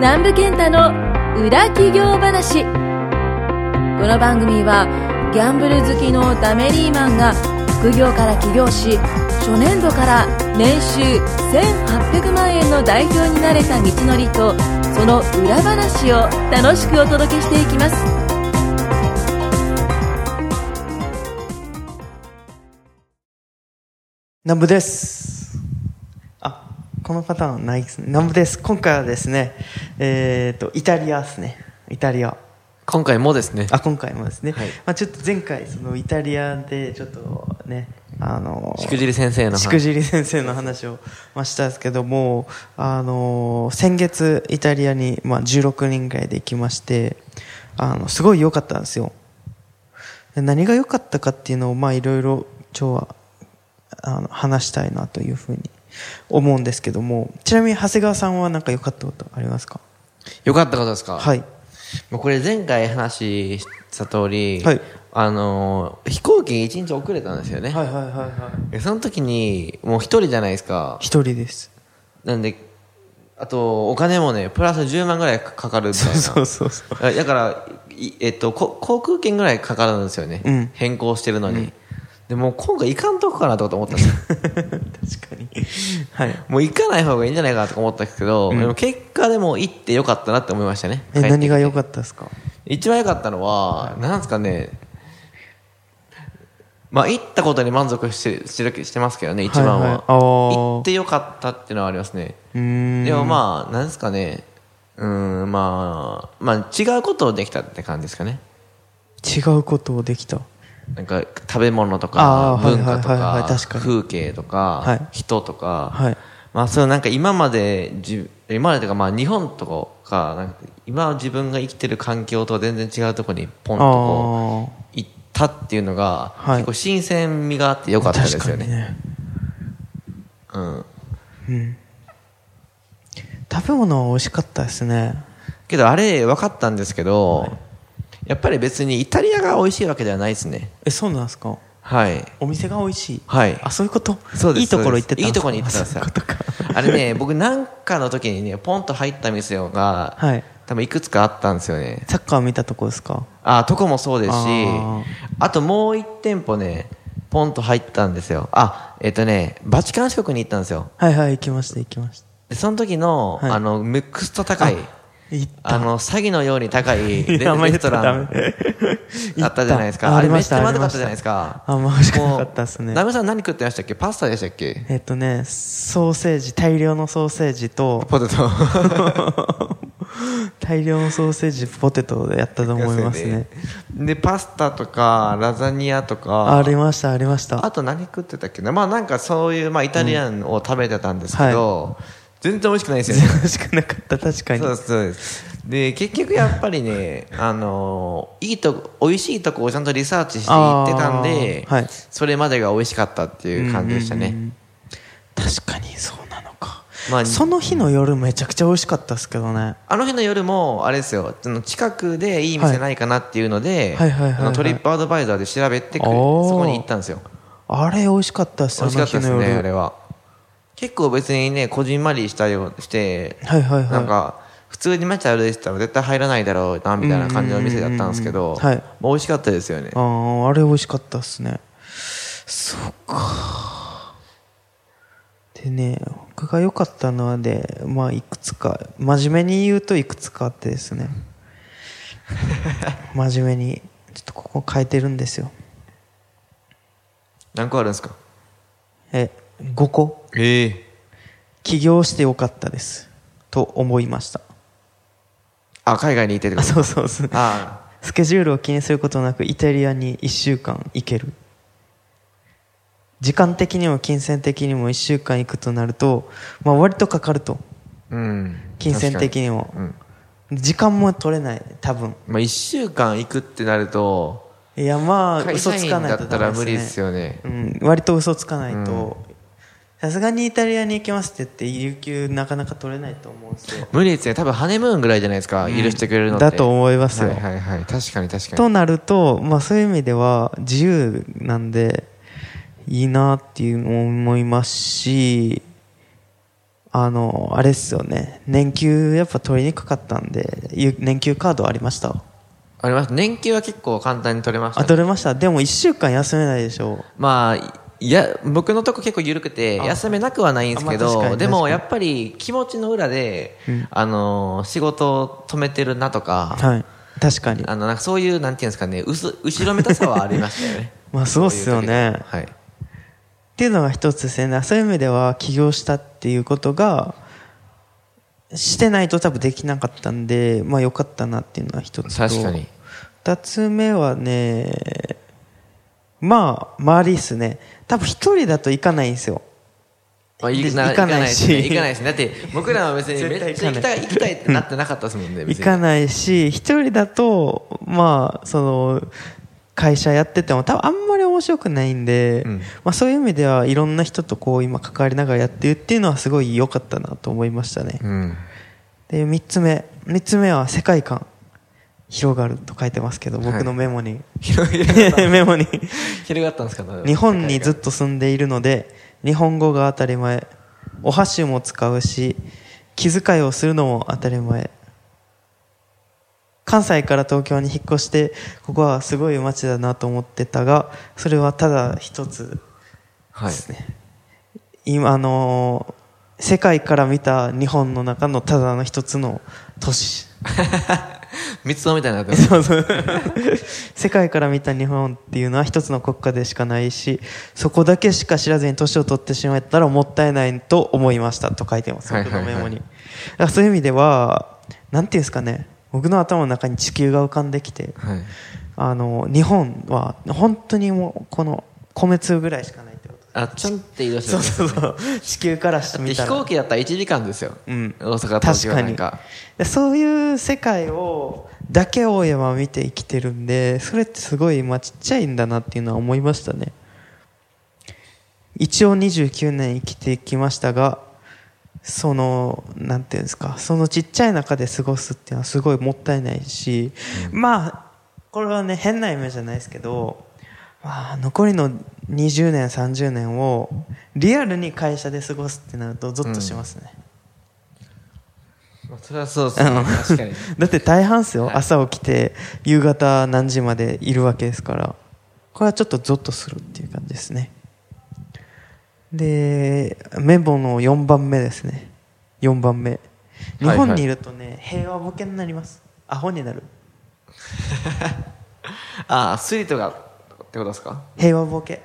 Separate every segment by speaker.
Speaker 1: 南部健太の裏企業話この番組はギャンブル好きのダメリーマンが副業から起業し初年度から年収1800万円の代表になれた道のりとその裏話を楽しくお届けしていきます
Speaker 2: 南部です。あ、このパターンないですね。南部です。今回はですね、えっ、と、イタリアですね。イタリア。
Speaker 3: 今回もですね
Speaker 2: あ、今回もですね。
Speaker 3: はい
Speaker 2: まあちょっと前回、そのイタリアでちょっとね、あのー、
Speaker 3: しくじり先生の
Speaker 2: しくじり先生の話をまあしたんですけども、あのー先月イタリアに、まあ、16人ぐらいで行きましてあのすごい良かったんですよで何が良かったかっていうのをまあいろいろ今日はあの話したいなというふうに思うんですけどもちなみに長谷川さんは何か良かったことありますか
Speaker 3: よかったことですか
Speaker 2: はい
Speaker 3: もうこれ前回話した通り、
Speaker 2: はい
Speaker 3: あのー飛行機1日遅れたんですよね、
Speaker 2: いはいはいはい
Speaker 3: でその時にもう一人じゃないですか
Speaker 2: 一人です
Speaker 3: なんであとお金もねプラス10万ぐらいかかるみたいな
Speaker 2: そうそうそう
Speaker 3: あだから、いえっと、こ航空券ぐらいかかるんですよね、
Speaker 2: うん
Speaker 3: 変更してるのに、でもう今回行かんとこかなとかと思ったんですよ
Speaker 2: 確かにはい
Speaker 3: もう行かない方がいいんじゃないかなとか思ったんですけど、
Speaker 2: うん
Speaker 3: でも結果でも行ってよかったなって思いましたね
Speaker 2: え
Speaker 3: 帰って
Speaker 2: 何が良かったですか
Speaker 3: 一番良かったのは、なんですかねまあ行ったことに満足してしてるしてますけどね一番は,、
Speaker 2: はいはいあー
Speaker 3: 行ってよかったっていうのはありますね
Speaker 2: うーん
Speaker 3: でもまあなんですかねうーんまあまあ違うことをできたって感じですかね
Speaker 2: 違うことをできた
Speaker 3: なんか食べ物と
Speaker 2: あ
Speaker 3: か
Speaker 2: ーはい
Speaker 3: 文化と
Speaker 2: はいはい
Speaker 3: か
Speaker 2: はい確かに
Speaker 3: 風景と
Speaker 2: は
Speaker 3: か
Speaker 2: い
Speaker 3: 人とか、
Speaker 2: はい
Speaker 3: まあそれなんか今までじ今までというかまあ日本とかなんか今自分が生きてる環境とは全然違うところにポンとこ
Speaker 2: あ
Speaker 3: う行ったっていうのが
Speaker 2: はい
Speaker 3: 結構新鮮味があってよか
Speaker 2: あ
Speaker 3: ったです
Speaker 2: 確か
Speaker 3: よ
Speaker 2: に
Speaker 3: ね,、
Speaker 2: ね、
Speaker 3: うん、
Speaker 2: うん、食べ物は美味しかったですね
Speaker 3: けどあれ分かったんですけど、やっぱり別にイタリアが美味しいわけではないですね
Speaker 2: えそうなんですか
Speaker 3: はい
Speaker 2: お店が美味しい
Speaker 3: はい
Speaker 2: あそういうこと
Speaker 3: そうです
Speaker 2: いいところ行ってたん
Speaker 3: いい
Speaker 2: です
Speaker 3: と
Speaker 2: か
Speaker 3: ころに行ってたんですよ
Speaker 2: あそういうことか
Speaker 3: あれね僕なんかの時にねポンと入った店が、
Speaker 2: はい
Speaker 3: 多分いくつかあったんですよね
Speaker 2: サッカー見たとこですか
Speaker 3: あとこもそうですし
Speaker 2: あー
Speaker 3: あともう一店舗ねポンと入ったんですよあえっ、とねバチカン四国に行ったんですよ
Speaker 2: はいはい行きました行きました
Speaker 3: でその時の、
Speaker 2: はい
Speaker 3: あのムックスと高い
Speaker 2: 行っ
Speaker 3: あ
Speaker 2: た
Speaker 3: の詐欺のように高 いレ
Speaker 2: いやあんま
Speaker 3: レ
Speaker 2: り
Speaker 3: ストラン
Speaker 2: 言ったらダメ
Speaker 3: あったじゃないですか
Speaker 2: あ
Speaker 3: あ
Speaker 2: り
Speaker 3: れめ
Speaker 2: ま
Speaker 3: っ
Speaker 2: し
Speaker 3: ちゃ
Speaker 2: た
Speaker 3: まずかったじゃないですか
Speaker 2: あまずかったっすね
Speaker 3: もうナメさん何食ってましたっけパスタでしたっけ
Speaker 2: えっとねソーセージ大量のソーセージと
Speaker 3: ポテト
Speaker 2: 大量のソーセージポテトでやったと思いますね
Speaker 3: でパスタとかラザニアとか
Speaker 2: ありましたありました
Speaker 3: あと何食ってたっけなまあなんかそういう、まあ、イタリアンを食べてたんですけど、全然美味しくないですよね
Speaker 2: しかなかった確かに
Speaker 3: そうですそうですで結局やっぱりねあのいいとこ美味しいとこをちゃんとリサーチして行ってたんで、
Speaker 2: あーはい
Speaker 3: それまでが美味しかったっていう感じでしたね、
Speaker 2: うんうんうん確かにそうなのか、
Speaker 3: まあ
Speaker 2: その日の夜めちゃくちゃ美味しかったですけどね
Speaker 3: あの日の夜もあれですよその近くでいい店ないかなっていうので、
Speaker 2: はいはいはいはいはい
Speaker 3: あのトリップアドバイザーで調べてくれそ
Speaker 2: おー
Speaker 3: こに行ったんですよ
Speaker 2: あれ美味しかったです
Speaker 3: 美味しかったですねあ
Speaker 2: あの日の
Speaker 3: れ
Speaker 2: 夜
Speaker 3: は結構別にねこじんまりしたようして
Speaker 2: はいはいはい
Speaker 3: なんか普通に街歩いてたら絶対入らないだろうなみたいな感じの店だったんですけど、
Speaker 2: うんうんうんうんはい
Speaker 3: まあ美味しかったですよね
Speaker 2: あーあれ美味しかったですねそうかでね僕が良かったのはでまあいくつか真面目に言うといくつかあってですね真面目にちょっとここ変えてるんですよ
Speaker 3: 何個あるんですか
Speaker 2: え5個
Speaker 3: ええ
Speaker 2: 起業してよかったですと思いました
Speaker 3: あ海外にいてってこ
Speaker 2: あ
Speaker 3: と
Speaker 2: そうそうそう
Speaker 3: あ
Speaker 2: スケジュールを気にすることなくイタリアに1週間行ける時間的にも金銭的にも1週間行くとなると、まあ、割とかかると
Speaker 3: うん
Speaker 2: 金銭的にも
Speaker 3: 確かにうん
Speaker 2: 時間も取れない多分
Speaker 3: まあ、1週間行くってなると
Speaker 2: いやまあ
Speaker 3: 会
Speaker 2: 嘘
Speaker 3: 社
Speaker 2: つ
Speaker 3: 員
Speaker 2: かない
Speaker 3: だ
Speaker 2: と
Speaker 3: った
Speaker 2: ダメ
Speaker 3: ら
Speaker 2: です、ね、
Speaker 3: 無理ですよね
Speaker 2: うん、割と嘘つかないとさすがにイタリアに行きますって言って有給なかなか取れないと思うんですよ
Speaker 3: 無理ですね多分ハネムーンぐらいじゃないですか、許してくれるのって
Speaker 2: だと思いますよ、
Speaker 3: はいはいはい確かに確かに
Speaker 2: となると、まあ、そういう意味では自由なんでいいなっていう思いますしあの、あれっすよね。年給やっぱ取りにくかったんで、ゆ年給カードありました
Speaker 3: ありました年給は結構簡単に取れました
Speaker 2: あ、
Speaker 3: ね、
Speaker 2: 取れました。でも1週間休めないでしょ
Speaker 3: まあいや僕のとこ結構緩くて
Speaker 2: あ
Speaker 3: 休めなくはないんですけ
Speaker 2: あまあ
Speaker 3: ど、
Speaker 2: 確かに
Speaker 3: で
Speaker 2: 確
Speaker 3: も
Speaker 2: かに
Speaker 3: やっぱり気持ちの裏で、
Speaker 2: うん
Speaker 3: あの仕事を止めてるなとか、
Speaker 2: はい。確かに。
Speaker 3: あのなんかそういうなんていうんですかねうす後ろめたさはありましたよね
Speaker 2: まあそうっすよね
Speaker 3: そういう時
Speaker 2: っていうのが一つですね。そういう意味では起業したっていうことが、してないと多分できなかったんで、まあ良かったなっていうのは一つと。
Speaker 3: はい確かに。
Speaker 2: 二つ目はね、まあ、周りですね。多分一人だと行かないんですよ。
Speaker 3: まあ、い
Speaker 2: で
Speaker 3: な
Speaker 2: 行かないし
Speaker 3: 行かないですね行かないですねだって僕らは別にめ
Speaker 2: 絶対
Speaker 3: っち
Speaker 2: 行か
Speaker 3: ゃ行き
Speaker 2: な
Speaker 3: たい行きたいってなってなかったですもんね
Speaker 2: 行か
Speaker 3: い
Speaker 2: ないし、一人だと、まあ、その、会社やってても多分あんまり面白くないんで、
Speaker 3: うん
Speaker 2: まあそういう意味ではいろんな人とこう今関わりながらやってるっていうのはすごい良かったなと思いましたね。
Speaker 3: うん
Speaker 2: で、三つ目。三つ目は世界観。広がると書いてますけど、
Speaker 3: はい
Speaker 2: 僕のメモに。
Speaker 3: 広がっ た
Speaker 2: メモに。
Speaker 3: 広がったんですか
Speaker 2: 日本にずっ
Speaker 3: と
Speaker 2: と住んでいるので、日本語が当たり前。お箸も使うし、気遣いをするのも当たり前。関西から東京に引っ越して、ここはすごい街だなと思ってたが、それはただ一つ
Speaker 3: はい
Speaker 2: ですね。今、あのー世界から見た日本の中のただの一つの都市。
Speaker 3: 三つ葉みたいになってます
Speaker 2: そうそう。世界から見た日本っていうのは一つの国家でしかないし、そこだけしか知らずに年を取ってしまったらもったいないと思いましたと書いてます、
Speaker 3: はい
Speaker 2: 僕
Speaker 3: はいは
Speaker 2: の
Speaker 3: い
Speaker 2: メモに。だからそういう意味では、なんていうんですかね、僕の頭の中に地球が浮かんできて、
Speaker 3: はい
Speaker 2: あの、日本は本当にもうこの米粒ぐらいしかないってこと。
Speaker 3: あちょんって移動して
Speaker 2: そうそううそう。地球からしてみた
Speaker 3: 飛
Speaker 2: ら。
Speaker 3: 行機だったら1時間ですよ、
Speaker 2: うん
Speaker 3: 大阪東京なんか
Speaker 2: でそういう世界をだけ大山見て生きてるんでそれってすごいまあちっちゃいんだなっていうのは思いましたね一応29年生きてきましたがそのなんていうんですかそのちっちゃい中で過ごすっていうのはすごいもったいないし、まあこれはね変な夢じゃないですけど、まあ、残りの20年30年をリアルに会社で過ごすってなるとゾッとしますね、
Speaker 3: まあそれはそうですね確かに
Speaker 2: だって大半っすよ、
Speaker 3: はい
Speaker 2: 朝起きて夕方何時までいるわけですからこれはちょっとゾッとするっていう感じですねでメモの4番目ですね4番目日
Speaker 3: はいはい
Speaker 2: 本にいるとね、平和ボケになりますアホになる
Speaker 3: ああスリートがってことですか
Speaker 2: 平和ボケ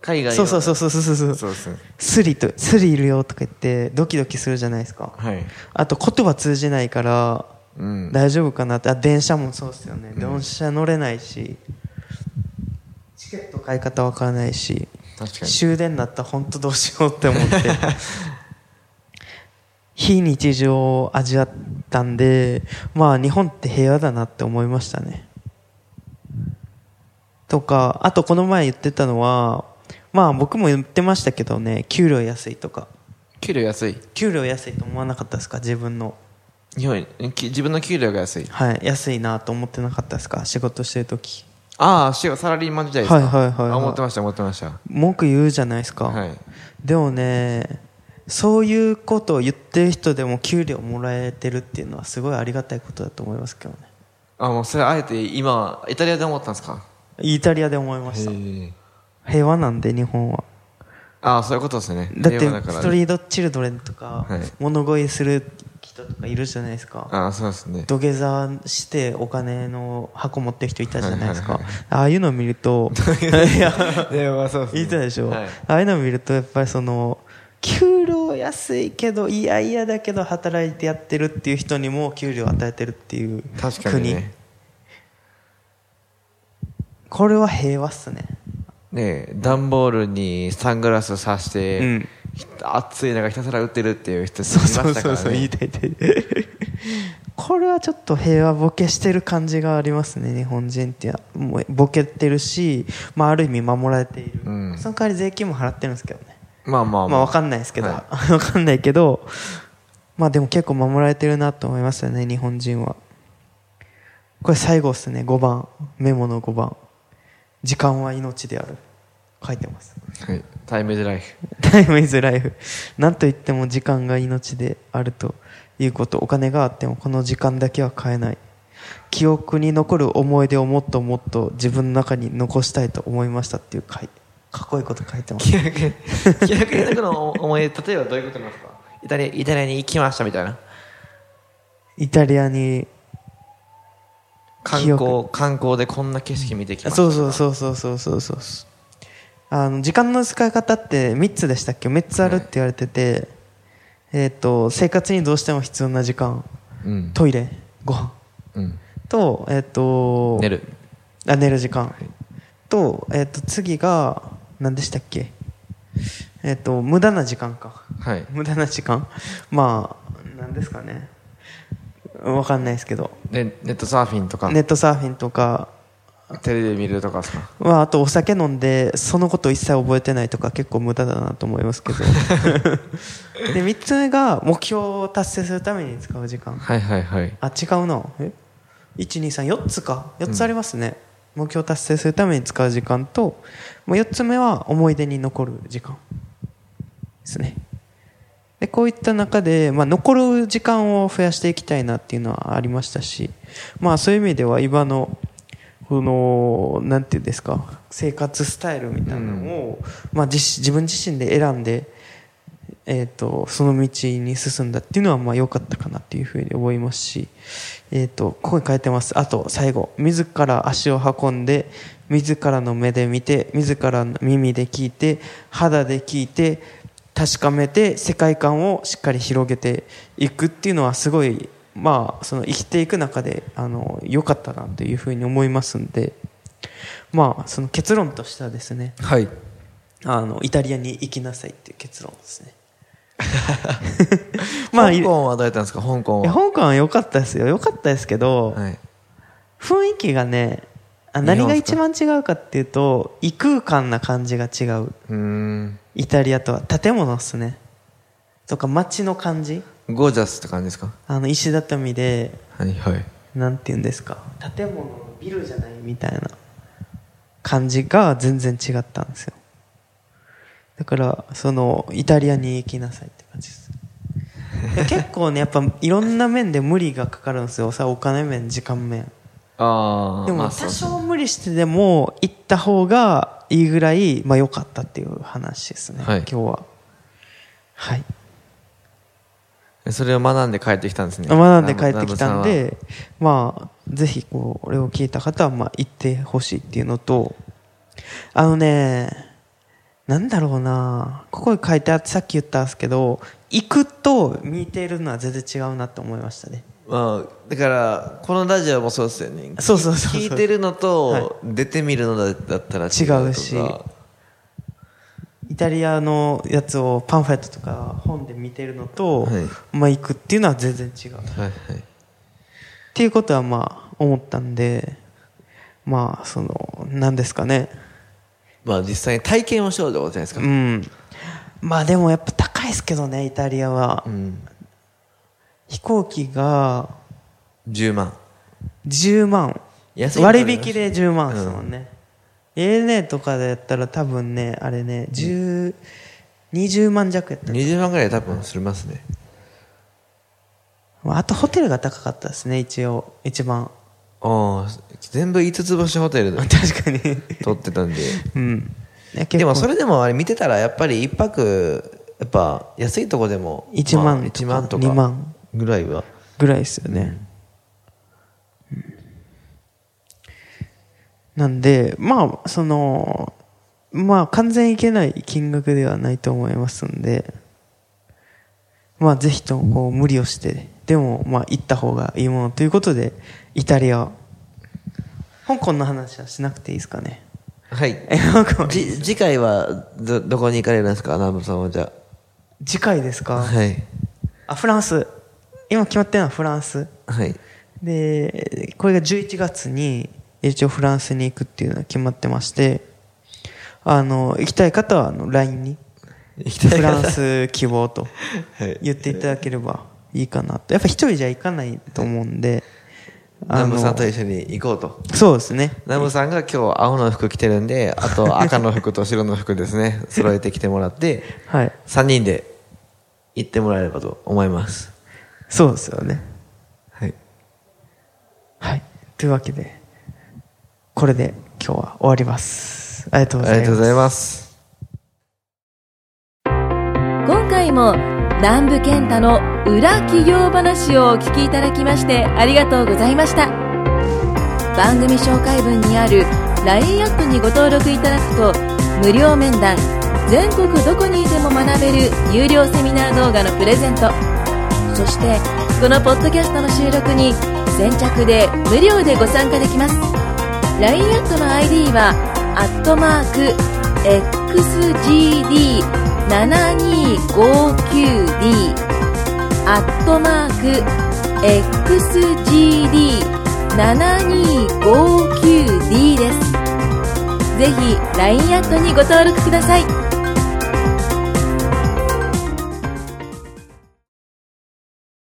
Speaker 3: 海外
Speaker 2: そうそうそううそうそうそう
Speaker 3: そうですね
Speaker 2: スリとスリいるよとか言ってドキドキするじゃないですか
Speaker 3: はい
Speaker 2: あと言葉通じないから
Speaker 3: うん
Speaker 2: 大丈夫かなってあ電車もそうですよね、電車乗れないしチケット買い方わからないし
Speaker 3: 確かに
Speaker 2: 終電になったら本当どうしようって思って 非日常を味わったんでまあ日本って平和だなって思いましたねとかあとこの前言ってたのはまあ僕も言ってましたけどね給料安いとか
Speaker 3: 給料安い
Speaker 2: 給料安いと思わなかったですか自分の
Speaker 3: 日本き自分の給料が安い
Speaker 2: はい、安いなと思ってなかったですか仕事してるとき。
Speaker 3: ああしサラリーマン時代ですか
Speaker 2: はいはいはいはい
Speaker 3: あ思ってました思ってました
Speaker 2: 文句言うじゃないですか。
Speaker 3: はい
Speaker 2: でもね、そういうことを言ってる人でも給料もらえてるっていうのはすごいありがたいことだと思いますけどね。
Speaker 3: あもうそれあえて今イタリアで思ったんですか
Speaker 2: イタリアで思いました。
Speaker 3: へえ
Speaker 2: 平和なんで日本は。
Speaker 3: ああそういうことですね
Speaker 2: だって
Speaker 3: 令和から
Speaker 2: ストリートチルドレンとか、
Speaker 3: はい
Speaker 2: 物乞いする人とかいるじゃないですか。
Speaker 3: ああそうですね
Speaker 2: 土下座してお金の箱持ってる人いたじゃないですか。
Speaker 3: はいはい
Speaker 2: ああいうのを見る と、いや
Speaker 3: 令和そう
Speaker 2: 言ってたでしょ、
Speaker 3: はい
Speaker 2: ああいうのを見るとやっぱりその給料安いけどいやいやだけど働いてやってるっていう人にも給料与えてるっていう国
Speaker 3: 確かにね
Speaker 2: これは平和っすね
Speaker 3: ねえ段ボールにサングラスさして、
Speaker 2: うん
Speaker 3: ひ暑い中ひたすら打ってるっていう人いま
Speaker 2: そう
Speaker 3: したか
Speaker 2: そ
Speaker 3: ら、ね、
Speaker 2: うそうそう、言いたい言いたい これはちょっと平和ボケしてる感じがありますね日本人ってもうボケてるし、まあ、ある意味守られている、
Speaker 3: うん
Speaker 2: その代わり税金も払ってるんですけどね
Speaker 3: まあまあ
Speaker 2: まあわ
Speaker 3: 分
Speaker 2: かんないですけど、
Speaker 3: は
Speaker 2: わかんないけど、まあでも結構守られてるなと思いますよね、日本人は。これ最後っすね、5番。メモの5番。時間は命である。書いてます。
Speaker 3: はい、タイムズライフ
Speaker 2: タイムイズライフ。なんといっても時間が命であるということ。お金があってもこの時間だけは買えない。記憶に残る思い出をもっともっと自分の中に残したいと思いましたっていう回。かっこいいこと書いてます。
Speaker 3: 記憶記憶に残る思い出例えばどういうことなんですかイタリアイタリアに行きましたみたいな
Speaker 2: イタリアに、
Speaker 3: 観
Speaker 2: 記
Speaker 3: 光
Speaker 2: 憶
Speaker 3: 観光でこんな景色見てきました
Speaker 2: そうそうそうそうそうそうそう。あの、時間の使い方って3つでしたっけ ?3 つあるって言われてて、えっ、と、生活にどうしても必要な時間、
Speaker 3: うん
Speaker 2: トイレ、ご飯
Speaker 3: うん、
Speaker 2: と、えっ、と、
Speaker 3: 寝る
Speaker 2: あ寝る時間、と,、えっと次が何でしたっけ、えっと無駄な時間か
Speaker 3: はい
Speaker 2: 無駄な時間まあ何ですかねわかんないですけど
Speaker 3: でネットサーフィンとか、
Speaker 2: ネットサーフィンとか、
Speaker 3: テレビ見るとかですか
Speaker 2: まあ、あとお酒飲んでそのこと一切覚えてないとか結構無駄だなと思いますけどで3つ目が目標を達成するために使う時間
Speaker 3: はいはいはい
Speaker 2: あ違うなえ1234つか4つありますね、目標達成するために使う時間ともう4つ目は思い出に残る時間ですねでこういった中で、まあ、残る時間を増やしていきたいなっていうのはありましたし、まあ、そういう意味では今のこのなんていうんですか生活スタイルみたいなのを、まあ、自自分自身で選んで、えー、とその道に進んだっていうのはまあ良かったかなっていうふうに思いますし、えー、とここに書いてますあと最後自ら足を運んで自らの目で見て自らの耳で聞いて肌で聞いて確かめて世界観をしっかり広げていくっていうのはすごい、まあ、その生きていく中であの良かったなというふうに思いますんで、まあ、その結論としてはですね
Speaker 3: はい
Speaker 2: あのイタリアに行きなさいっていう結論です ね。まあ、いい
Speaker 3: 香港はどうやったんですか香港
Speaker 2: や
Speaker 3: は
Speaker 2: 香港は良かったですよ良かったですけど、
Speaker 3: はい
Speaker 2: 雰囲気がねあ
Speaker 3: 日本
Speaker 2: 何が
Speaker 3: っす
Speaker 2: 一
Speaker 3: か
Speaker 2: 番違うかっていうと異空間な感じが違う
Speaker 3: うーん
Speaker 2: イタリアとは建物っすねとか街の感じ
Speaker 3: ゴージャスって感じですか
Speaker 2: あの石畳で
Speaker 3: はいはい
Speaker 2: なんて言うんですか建物のビルじゃないみたいな感じが全然違ったんですよだからそのイタリアに行きなさいって感じ ですで結構ねやっぱいろんな面で無理がかかるんですよさお金面時間面
Speaker 3: ああ
Speaker 2: でも
Speaker 3: まあ
Speaker 2: 多
Speaker 3: そうですね
Speaker 2: 少無理してでも行った方がいいぐらい、まあ、良かったっていう話ですね、
Speaker 3: はい
Speaker 2: 今日ははい
Speaker 3: それを学んで帰ってきたんですね
Speaker 2: 学んで帰ってきたんで、まあ、ぜひこう、これを聞いた方は、まあ、行ってほしいっていうのと、あのね、なんだろうなここに書いてあって、さっき言ったんですけど、行くと見てるのは全然違うなと思いましたね。
Speaker 3: まあ、だからこのラジオもそうですよね
Speaker 2: そうそうそうそう
Speaker 3: 聞いてるのと、
Speaker 2: はい
Speaker 3: 出てみるのだったら
Speaker 2: 違うし
Speaker 3: とか
Speaker 2: イタリアのやつをパンフレットとか本で見てるのと、
Speaker 3: はい
Speaker 2: まあ行くっていうのは全然違う。っ
Speaker 3: はいはい
Speaker 2: ていうことはまあ思ったんで、まあその、なんですかね。
Speaker 3: まあ実際に体験をしようってことじゃないですか、
Speaker 2: うん。まあでもやっぱ高いですけどね、イタリアは。
Speaker 3: うん
Speaker 2: 飛行機が
Speaker 3: 10万
Speaker 2: 10万。
Speaker 3: 安いのあ
Speaker 2: 割
Speaker 3: ります
Speaker 2: 引で10万ですもんね。ANA とかでやったら多分ね、あれね、10、20万弱やった。
Speaker 3: 20万ぐらい多分すりますね
Speaker 2: まああとホテルが高かったですね、一応。一 番。
Speaker 3: ああ全部5つ星ホテルで
Speaker 2: 確かに。
Speaker 3: 取ってたんで
Speaker 2: うん。
Speaker 3: で
Speaker 2: で
Speaker 3: も
Speaker 2: も
Speaker 3: そ
Speaker 2: それ、
Speaker 3: れでもあれ見てたらやっぱり1泊やっぱ安いとこでも
Speaker 2: 1万
Speaker 3: まあ
Speaker 2: とか
Speaker 3: 1万とか
Speaker 2: 2万
Speaker 3: ぐらいは
Speaker 2: ぐらいですよね。なんで、まあ、その、まあ、完全いけない金額ではないと思いますんで、まあ、ぜひとも、こう、無理をして、でも、まあ、行った方がいいものということで、イタリア、香港の話はしなくていいですかね。
Speaker 3: はい
Speaker 2: え、香港、
Speaker 3: じ次回はどどこに行かれるんですか南部さんはじゃ
Speaker 2: 次回です
Speaker 3: あ
Speaker 2: か
Speaker 3: はい
Speaker 2: あ、フランス。今決まってるのはフランス。
Speaker 3: はい
Speaker 2: で、これが11月に一応フランスに行くっていうのは決まってまして、あの、行きたい方はあの LINE に
Speaker 3: 行きたい
Speaker 2: フラン
Speaker 3: 方
Speaker 2: ス希望と
Speaker 3: はい
Speaker 2: 言っていただければいいかなと。やっぱ一人じゃ行かないと思うんで、あ
Speaker 3: 南
Speaker 2: の
Speaker 3: 部さんと一緒に行こうと。
Speaker 2: そうですね。
Speaker 3: 南部さんが今日青の服着てるんで、あと赤の服と白の服で すね、揃えてきてもらって、
Speaker 2: はい。
Speaker 3: 3人で行ってもらえればと思います。
Speaker 2: そうですよね。
Speaker 3: はい。
Speaker 2: はい。というわけで、これで今日は終わります。ありがとう
Speaker 3: あ
Speaker 2: ご
Speaker 3: り
Speaker 2: ざい
Speaker 3: が
Speaker 2: ま
Speaker 3: と
Speaker 2: す。
Speaker 3: うござ
Speaker 1: 今
Speaker 3: います。
Speaker 1: 回も南部健太の裏企業話をお聞きいただきましてありがとうございました番組紹介文にある LINE アップにご登録いただくと無料面談全国どこにいても学べる有料セミナー動画のプレゼントそしてこのポッドキャストの収録に先着で無料でご参加できます LINE アットの ID はアットマーク XGD7259D アットマーク XGD7259D ですぜひ LINE アットにご登録ください